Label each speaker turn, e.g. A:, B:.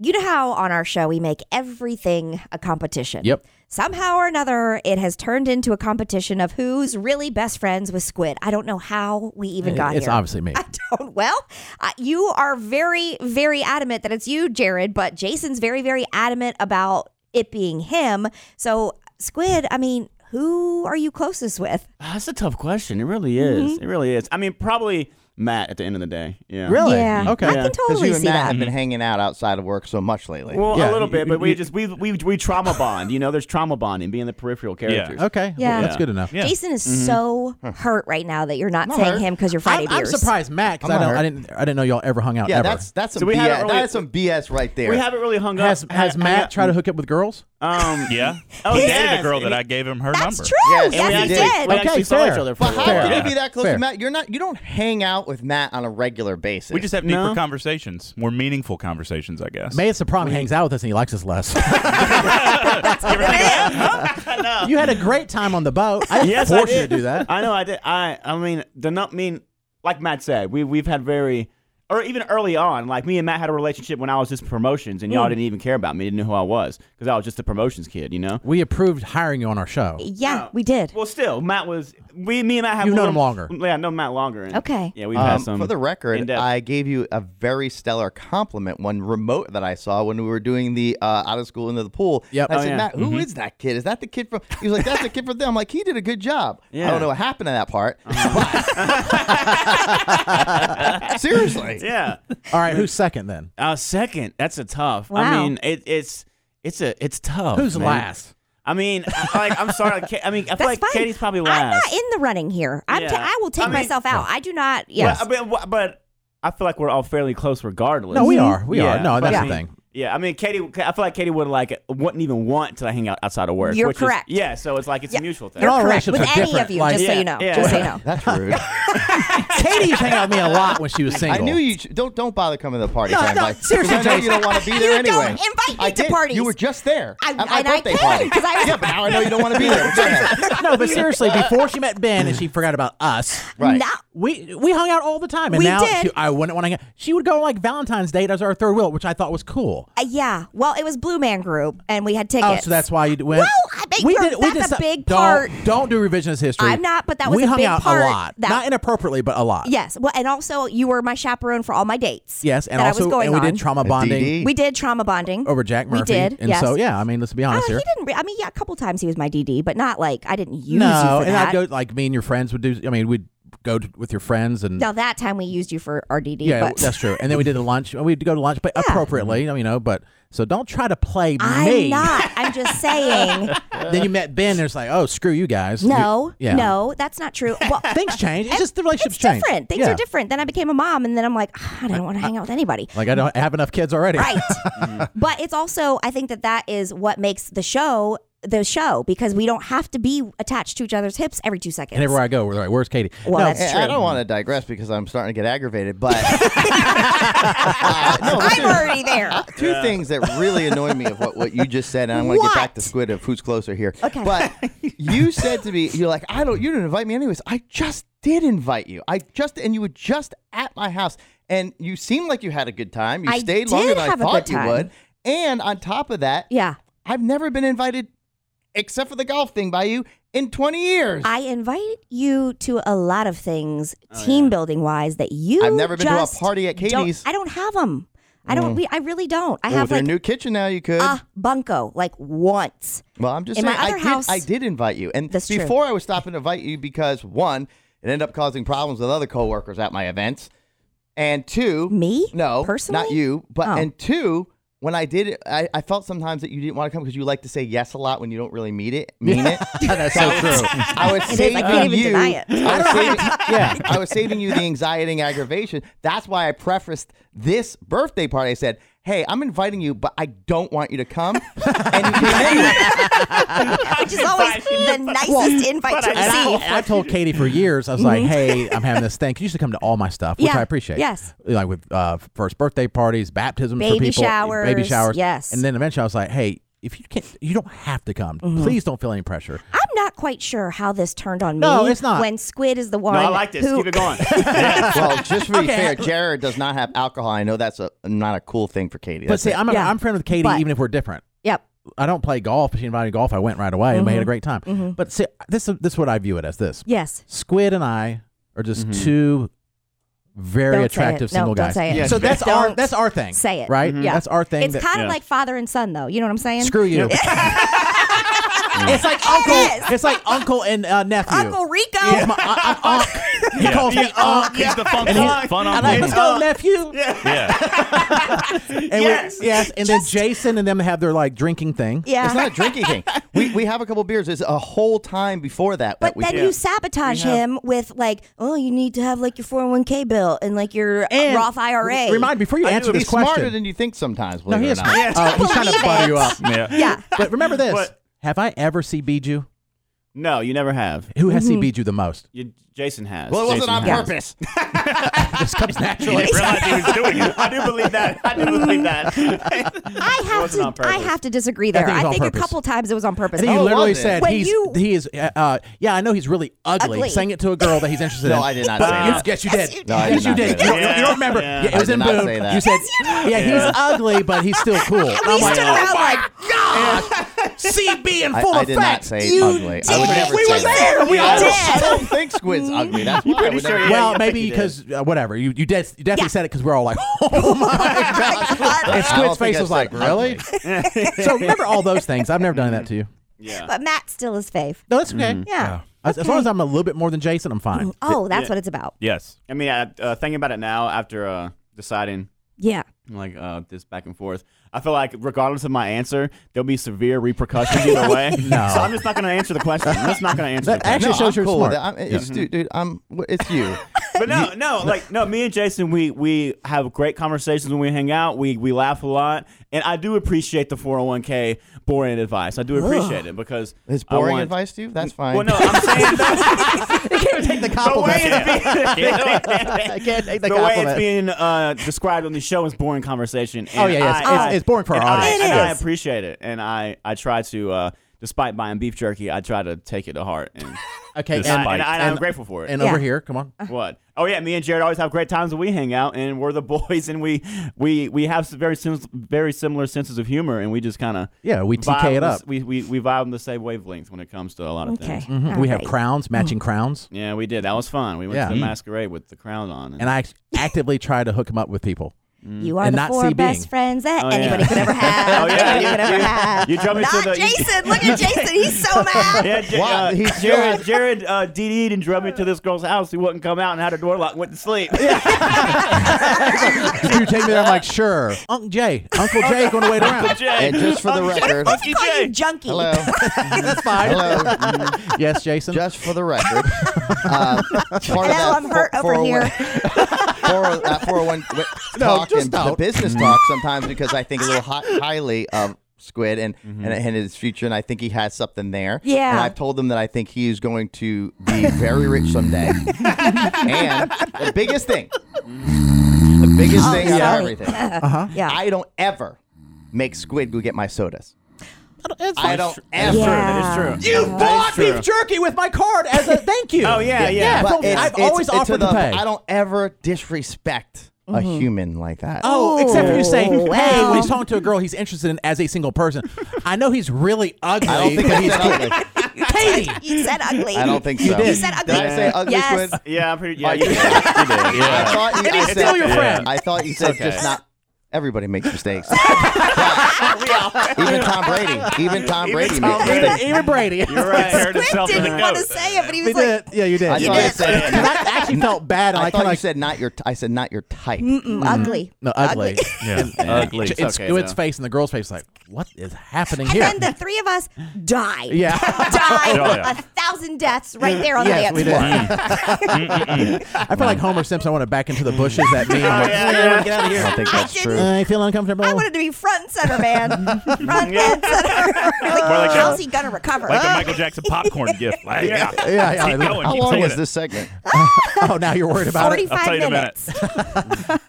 A: You know how on our show we make everything a competition?
B: Yep.
A: Somehow or another, it has turned into a competition of who's really best friends with Squid. I don't know how we even got
B: it's
A: here.
B: obviously me.
A: I don't. Well, uh, you are very, very adamant that it's you, Jared, but Jason's very, very adamant about it being him. So, Squid, I mean, who are you closest with?
C: Ah, That's a tough question. It really is.
B: Mm-hmm.
C: It really is. I mean, probably Matt at the end of the day. Yeah.
B: Really?
A: Yeah.
B: Okay.
A: I
B: Yeah.
A: can
B: 'Cause
A: totally
D: you and
A: see
D: Matt
A: that.
D: have been hanging out outside of work so much lately.
C: Well,
B: Yeah,
C: a little
B: you-
C: bit, but we
B: you-
C: just we we we trauma bond. You know, there's trauma bonding, being the peripheral characters.
B: Okay.
A: Yeah.
B: Well, that's good enough.
E: Yeah.
A: Jason is so hurt right now that you're not
D: Not
A: saying
D: hurt.
A: him because you're Friday
B: I'm, I'm
A: beers.
B: surprised, Matt, because I,
D: I'm not
B: don't- I
D: hurt.
B: didn't, I didn't know y'all ever hung out
D: yeah,
B: ever.
D: that's that's some
C: So we
D: BS.
C: haven't really-
D: that's some BS right there.
C: We haven't really hung up.
B: has has
C: ha-
B: Matt tried to hook up with girls?
C: hung- Um,
E: Yeah.
C: Oh,
E: he
C: yes.
E: dated a girl that
C: And
E: I gave him her
A: That's
E: number.
A: true.
D: Yes,
A: Yes,
C: And we
D: he
C: actually,
D: did.
C: We
B: Okay,
C: actually saw each
B: fair.
C: other for a
D: But how
C: while.
D: can
B: Yeah.
D: you be that close
B: Fair.
D: to Matt? You're not. You don't hang out with Matt on a regular basis.
E: We just have deeper
C: No.
E: conversations, more meaningful conversations, I guess.
B: May it's the problem. He hangs out with us and he likes us less. You had a great time on the boat. I didn't
C: Yes, I
B: force you to
C: did.
B: do that.
C: I know. I did. I. I mean, the not mean like Matt said. We we've had very, or even early on, like me and Matt had a relationship when I was just promotions, and
B: Mm.
C: y'all didn't even care about me, didn't know who I was because I was just a promotions kid. You know.
B: We approved hiring you on our show.
A: Yeah,
C: No.
A: we did.
C: Well, still, Matt was. We, me and Matt have.
B: You've
C: a
B: known
C: little-
B: him longer.
C: Yeah, I know Matt longer. and-
A: Okay.
C: Yeah, we've had
D: Um,
C: some.
D: for the record,
C: in-depth-
D: I gave you a very stellar compliment one remote that I saw when we were doing the uh, out of school into the pool.
B: Yep.
D: And I
B: Oh,
D: said,
C: yeah. Mm-hmm.
D: Matt, who is that kid? Is that the kid from? He was like, that's the kid from them. I'm like, he did a good job. I
C: Yeah. Uh-huh.
D: don't know what happened to that part. but- Seriously.
C: Yeah.
B: All right, who's second then?
C: Uh, second. That's a tough. I
A: Wow.
C: mean, it, it's it's a it's tough.
B: Who's
C: Oh, man.
B: last?
C: I mean, I- like I'm sorry. Like, Ka- I mean, I feel
A: That's
C: like
A: fine.
C: Katie's probably
A: I'm
C: last.
A: not in the running here. I'm
C: Yeah.
A: ta- I will take
C: I mean-
A: myself out. I do not. Yes.
C: But, I mean, wh- but I feel like we're all fairly close regardless.
B: No, we are. We
C: Yeah,
B: are. No,
C: but
B: that's
C: I
B: the
C: mean-
B: thing.
C: Yeah, I mean, Katie. I feel like Katie would like wouldn't even want to hang out outside of work.
A: You're
C: which is-
A: correct.
C: yeah, so it's like it's a mutual thing.
B: You're
A: Correct.
B: relationships
A: With
B: are
A: any
B: different.
A: of you,
B: Like-
A: just so
C: Yeah,
A: you know.
C: yeah.
A: Just so you know.
D: That's rude.
B: Katie used to hang out with me a lot when she was
D: I
B: single.
D: knew you should, don't don't bother coming to the party.
B: No,
D: Brian,
B: no,
D: like, 'cause
B: seriously,
D: I know
B: Jason.
D: you don't want to be there
A: You don't
D: anyway.
A: invite me
D: I
A: to
D: did.
A: parties.
D: You were just there
A: I-
D: at my
A: and I
D: birthday
A: came,
D: party.
A: 'cause I was-
D: yeah, but now I know you don't want to be there. Go ahead.
B: no, but seriously, before she met Ben and she forgot about us,
D: Right.
A: Now,
B: we we hung out all the time. And
A: We
B: now
A: did.
B: She, I wouldn't want to. She would go on, like Valentine's date as our third wheel, which I thought was cool.
A: uh, yeah. Well, it was Blue Man Group, and we had
B: Oh,
A: tickets.
B: so that's why you went.
A: Well, I bet you're- that's a
B: some-
A: big
B: don't,
A: part.
B: Don't do revisionist history.
A: I'm not, but that was
B: we
A: a
B: hung
A: big
B: out
A: part
B: a lot,
A: that-
B: not inappropriately, but a lot.
A: Yes. Well, and also you were my chaperone for all my dates.
B: Yes, and
A: that
B: also
A: I was going
B: and we
A: on.
B: did trauma
D: The
B: bonding
D: DD.
A: We did trauma bonding
B: over Jack Murphy.
A: We did.
B: and
A: yes.
B: so yeah, I mean, let's be
A: Uh,
B: honest
A: he
B: here.
A: didn't. Re- I mean, yeah, a couple times he was my DD, but not like I didn't use you
B: No,
A: for
B: and
A: that.
B: I'd go like me and your friends would do. I mean, we'd go to, with your friends and
A: now that time we used you for our DD.
B: yeah,
A: but
B: that's true. And then we did the lunch. and We'd go to lunch, but appropriately, you know. But so don't try to play
A: I'm
B: me.
A: not. I'm just saying.
B: Then you met Ben. and it's like, oh, screw you guys. You-
A: No,
B: yeah.
A: no, that's not true. Well,
B: Things change. It's just the relationships
A: it's
B: change.
A: different. Things
B: Yeah.
A: are different. Then I became a mom, and then I'm like, "Ah, I don't want to hang out with anybody.
B: Like I don't have enough kids already.
D: Mm.
A: Right. but it's also, I think that that is what makes the show the show because we don't have to be attached to each other's hips every two seconds.
B: And everywhere I go, we're like, where's Katie?
A: Well,
B: no,
A: that's
D: Hey,
A: true.
D: I don't want to digress because I'm starting to get aggravated, but Uh, no, but
A: I'm
D: seriously,
A: already there.
D: two things that really annoy me of what, what you just said, and I want to get back to
A: What?
D: Squid of who's closer here.
A: Okay.
D: But you said to me, you're like, I don't, you didn't invite me anyways. I just did invite you. I just, and you were just at my house, and you seemed like you had a good time. You
A: I
D: stayed longer
A: did
D: than I
A: have a good
D: thought you
A: time.
D: would. And on top of that,
A: Yeah.
D: I've never been invited, except for the golf thing by you, in 20 years.
A: I invite you to a lot of things, team building wise, that you.
D: Oh, I've never been to a
A: just
D: party at
A: don't-
D: Katie's. Mm.
A: I don't have them. I don't. We, I really don't. I
D: Well,
A: have
D: with your
A: like
D: new kitchen now, you could.
A: a bunco, Uh, like once.
D: Well, I'm just
A: In my
D: saying, I
A: other
D: did,
A: house-
D: I did invite you, and
A: That's true.
D: before I was stopping to invite you because one, it ended up causing problems with other coworkers at my events, and two,
A: Me?
D: no, not
A: Personally?
D: you, but
A: Oh.
D: and two, when I did, it, I, I felt sometimes that you didn't want to come because you like to say yes a lot when you don't really mean it. Mean it.
B: that's so true.
D: I was
A: It is. I
D: saving
A: can't even
D: you.
A: deny it.
D: I was saving, yeah, I was saving you the anxiety and aggravation. That's why I prefaced this birthday party. I said, "Hey, I'm inviting you, but I don't want you to come." And you came anyway.
A: which is always the nicest invite to
B: And
A: receive.
B: I, I told Katie for years, I was like, "Hey, I'm having this thing. 'Cause You used to come to all my stuff, which
A: Mm-hmm. Yeah.
B: I appreciate.
A: Yes.
B: like with uh, first birthday parties, baptisms, for
A: Baby
B: people, baby
A: showers.
B: showers.
A: Yes. Mm-hmm.
B: And then eventually, I was like, "Hey, if you can't, you don't have to come. Please don't feel any pressure.
A: I'm not quite sure how this turned on me.
B: No, it's not.
A: When Squid is the one.
C: No, I like this.
A: who-
C: Keep it going.
D: well, just to be fair, Jared does not have alcohol. I know that's a, not a cool thing for Katie.
B: But
D: That's
B: see, I'm
A: Yeah.
B: I'm friend with Katie,
A: But-
B: even if we're different.
A: Yep.
B: I don't play golf. but She invited me to golf. I went right away, and we
A: Mm-hmm.
B: had a great time. But see, this is this is what I view it as. This
A: Yes.
B: Squid and I are just
D: Mm-hmm.
B: two very
A: Don't say
B: attractive
A: it. No,
B: single
A: don't
B: guys.
A: say it. Yes.
B: So that's our
A: Don't
B: that's our thing.
A: say it.
B: right?
A: Mhm.
D: Mm-hmm.
A: Yeah.
B: that's our thing.
A: It's
B: that-
A: kind of
C: Mm-hmm. yeah.
A: like father and son, though. You know what I'm saying?
B: screw you.
D: Mm.
B: it's like uncle.
A: is.
B: It's like uncle and uh, nephew.
A: Uncle Rico.
B: Yeah, my- uh, I- I'm Unc. He calls me Unc.
E: He's the fun, fun, fun
B: I'm like, let's go, nephew.
E: Yeah.
B: And yes. We, yes. And then Jason and them have their like drinking thing.
A: Yeah.
D: It's not a drinking thing. We, we have a couple beers. It's a whole time before that.
A: But
D: that we
A: then
D: do.
A: you sabotage him with like, oh, you need to have like your 401k bill and like your
B: And
A: Roth IRA.
B: Remind before you
C: I knew
B: answer
C: it.
B: this
D: he's smarter
B: question.
D: than you think sometimes.
B: no,
D: believe
B: he
D: it or
B: is.
D: not.
B: Uh, he's trying to
A: believe
B: butter you
A: it.
B: up.
E: yeah.
A: yeah.
B: But remember this:
C: What?
B: Have I ever CB'd you?
C: no, you never have.
B: Who has
A: Mm-hmm.
B: CB'd you the most?
C: You, Jason has.
D: Well, it wasn't
C: Jason
D: on
C: has.
D: purpose.
B: This comes
E: He
B: naturally.
E: didn't realize he was doing it.
C: I do believe that. I do believe that.
A: I have
C: wasn't
A: to.
C: on
A: I
C: purpose.
A: have to disagree there.
B: I think it
A: I
B: was on
A: think, a
B: purpose.
A: couple times it was on purpose.
B: I think you
D: Oh,
B: literally
D: was it?
B: said
A: When
B: he's
A: you-
B: he is uh, uh, yeah I know he's really ugly.
A: Ugly.
B: Saying it to a girl that he's interested
D: No,
B: in.
D: I did not
B: But
D: say
B: you-
D: that.
B: Yes, you
A: Yes,
B: did.
A: you did.
D: No, I
B: yes,
D: did
B: you
D: not
B: did.
D: say
B: You,
D: that.
B: don't- you don't remember?
C: Yeah.
B: Yeah, it
D: I
B: was
D: did
B: in
D: not
B: Boom.
D: say that.
B: You said yeah, he's ugly, but he's still cool. And
A: we
B: I'm like,
A: stood around like,
B: CB in
D: I,
B: full
D: I
B: effect.
D: did not say
A: you
D: ugly. I would
A: did.
D: never
A: We
D: say
A: were
D: that.
A: there. We all
D: I
A: did.
D: don't think Squid's ugly. That's why I
C: pretty
D: would
C: sure
D: never-
C: you- Yeah,
B: well,
C: I think
B: maybe
C: you did.
B: because uh, whatever you you, did, you definitely
A: Yeah.
B: said it because we're all like, oh my gosh. and
D: I don't
B: Squid's
D: think
B: face
D: I
B: was
D: said
B: like, really? so remember all those things. I've never done that to you.
C: yeah.
A: but Matt still is fave.
B: No, that's
D: Mm-hmm.
B: okay.
A: Yeah.
B: As, as long as I'm a little bit more than Jason, I'm fine.
A: Oh, that's what it's about.
E: Yes.
C: I mean, I, uh, thinking about it now after uh, deciding
A: Yeah.
C: like uh, this back and forth, I feel like regardless of my answer, there'll be severe repercussions either way.
B: No.
C: So I'm just not going to answer the question. I'm just not going to answer
B: That
C: the
B: actually
C: question.
D: no,
B: shows you're
D: I'm cool
B: smart. Mm-hmm.
D: with it. I'm, it's, dude, dude, I'm, it's you.
C: But no, no, like no. Me and Jason, we we have great conversations when we hang out. We we laugh a lot, and I do appreciate the 401k boring advice. I do appreciate it because
D: It's
C: I
D: boring
C: want-
D: advice to you? That's fine.
C: Well, no, I'm saying
B: take the
C: the way
B: compliment.
C: it's being,
B: I can't take the
C: the way it's
B: compliment.
C: being uh, described on the show is boring conversation. and
B: Oh, yeah, yeah, it's-
C: I-
B: it's-
C: I-
B: it's boring for our
C: and I-
B: audience.
A: It
C: and I
A: is.
C: appreciate it, and I I try to. Uh, Despite buying beef jerky, I try to take it to heart, and,
B: okay,
C: and,
B: and,
C: I, and, I, am
B: and-
C: grateful for it.
B: and
A: Yeah.
B: over here, come on.
C: What? Oh yeah, me and Jared always have great times when we hang out, and we're the boys, and we we we have some very sim- very similar senses of humor, and we just kind of
B: Yeah, we TK it up.
C: We we we vibe on the same wavelength when it comes to a lot of
A: Okay.
C: things.
B: Mhm.
A: All
B: We have
A: right. Mm.
B: crowns, matching crowns,
C: Yeah, we did. That was fun. We went
B: Yeah.
C: to the
B: Mm.
C: masquerade with the crown on.
B: and I act- actively try to hook them up with people.
A: You are
B: And
A: the
B: not
A: four
B: CBing.
A: best friends that
C: Oh, yeah.
A: anybody could ever have.
C: Oh, yeah.
A: Anybody could ever
C: You-
A: have.
C: you drove me to
A: Not
C: the- you-
A: Jason. Look at Jason. He's so mad.
C: yeah, J-
D: Wow,
C: uh,
D: he's-
C: Jared Jared uh, DD'd and drove me to this girl's house. He wouldn't come out and had her door locked. And went to sleep.
B: you take me there, I'm like, sure. Uncle Jay, Uncle Jay going to wait around.
D: And just for the record,
A: Let's call you junkie.
D: hello,
B: That's fine.
D: hello.
B: Yes, Jason.
D: Just for the record, uh, part
A: Hello, I'm hurt over here.
D: oh uh, Four, that 401 wait,
B: No,
D: talk
B: just Mm-hmm.
D: and the
B: don't.
D: business talk sometimes because I think a little hi- highly of Squid and,
B: Mm-hmm.
D: and and his future, and I think he has something there.
A: Yeah.
D: And I've told him that I think he is going to be very rich someday. and the biggest thing, the
B: Oh,
D: biggest thing out
A: Oh, sorry.
D: of everything,
B: Uh-huh.
A: Yeah.
D: I don't ever make Squid go get my sodas.
B: It's
D: I
B: fine.
D: don't
C: That's
D: ever.
A: Yeah.
C: true. That is true.
B: You bought
C: true.
B: beef jerky with my card as a thank you.
C: Oh yeah, yeah.
B: Yeah.
D: But
B: Don't-
D: it's-
B: I've
D: it's-
B: always
D: it's
B: offered to
D: the-
B: pay.
D: I don't ever disrespect a human like that.
B: Oh, except for you say,
A: Oh,
B: hey,
A: wow.
B: when he's talking to a girl he's interested in as a single person. I know he's really ugly.
D: I don't think
B: but
D: I
B: he's
D: said ugly.
B: Katie.
A: You said ugly.
D: I don't think so.
A: You said ugly.
D: Did I say ugly,
A: Yes.
D: Squid?
C: Yeah, I'm pretty. Yeah,
D: Oh,
C: you
D: you
C: did.
D: did.
C: You did,
D: I
C: Yeah.
D: thought you,
B: And
D: I
B: he's
D: said,
B: still your friend.
D: I thought you said
C: okay.
D: just not. Everybody makes mistakes. even Tom Brady. Even Tom Brady
C: Tom
D: makes
C: Brady.
D: mistakes.
B: Even, even Brady.
C: You're right. Compared
A: Squid
C: himself to the
A: didn't want to
C: goat.
A: say it, but he
B: We
A: was like,
B: did. Yeah, you did.
D: I
B: You
D: thought
B: did.
D: I said.
B: 'Cause I actually felt bad. And
D: I
B: I,
D: thought
B: kind
D: you
B: of
D: said not your. T- I said not your type.
B: Mm-hmm.
A: Mm, ugly.
B: no, ugly.
E: Yeah. Ugly.
B: J- It's
C: okay,
B: Squid's
C: though.
B: face and the girl's face like, what is happening
A: And
B: here?
A: then the three of us die.
B: yeah.
A: Die
E: Oh, yeah.
A: a thousand deaths right there on
B: Yes,
A: the
B: we
A: dance floor.
E: Mm.
B: did. I feel like Homer Simpson. I want to back into the bushes. That meme. I'm like,
C: yeah,
B: "Hey, everyone, get out of
D: I
B: here.
D: don't think that's
A: I
D: true.
A: didn't-
B: I feel uncomfortable.
A: I
E: Oh.
A: wanted to be front and center, man. front and center. like,
E: like a-
A: how's he gonna recover?
E: Like the Michael Jackson popcorn gift. Like, yeah.
B: yeah, yeah.
E: Keep going.
D: How
E: keep
D: long
E: saying
D: was
E: it.
D: this segment?
B: oh, now you're worried about it.
E: I'll tell
A: Forty-five
E: you in a
A: minutes.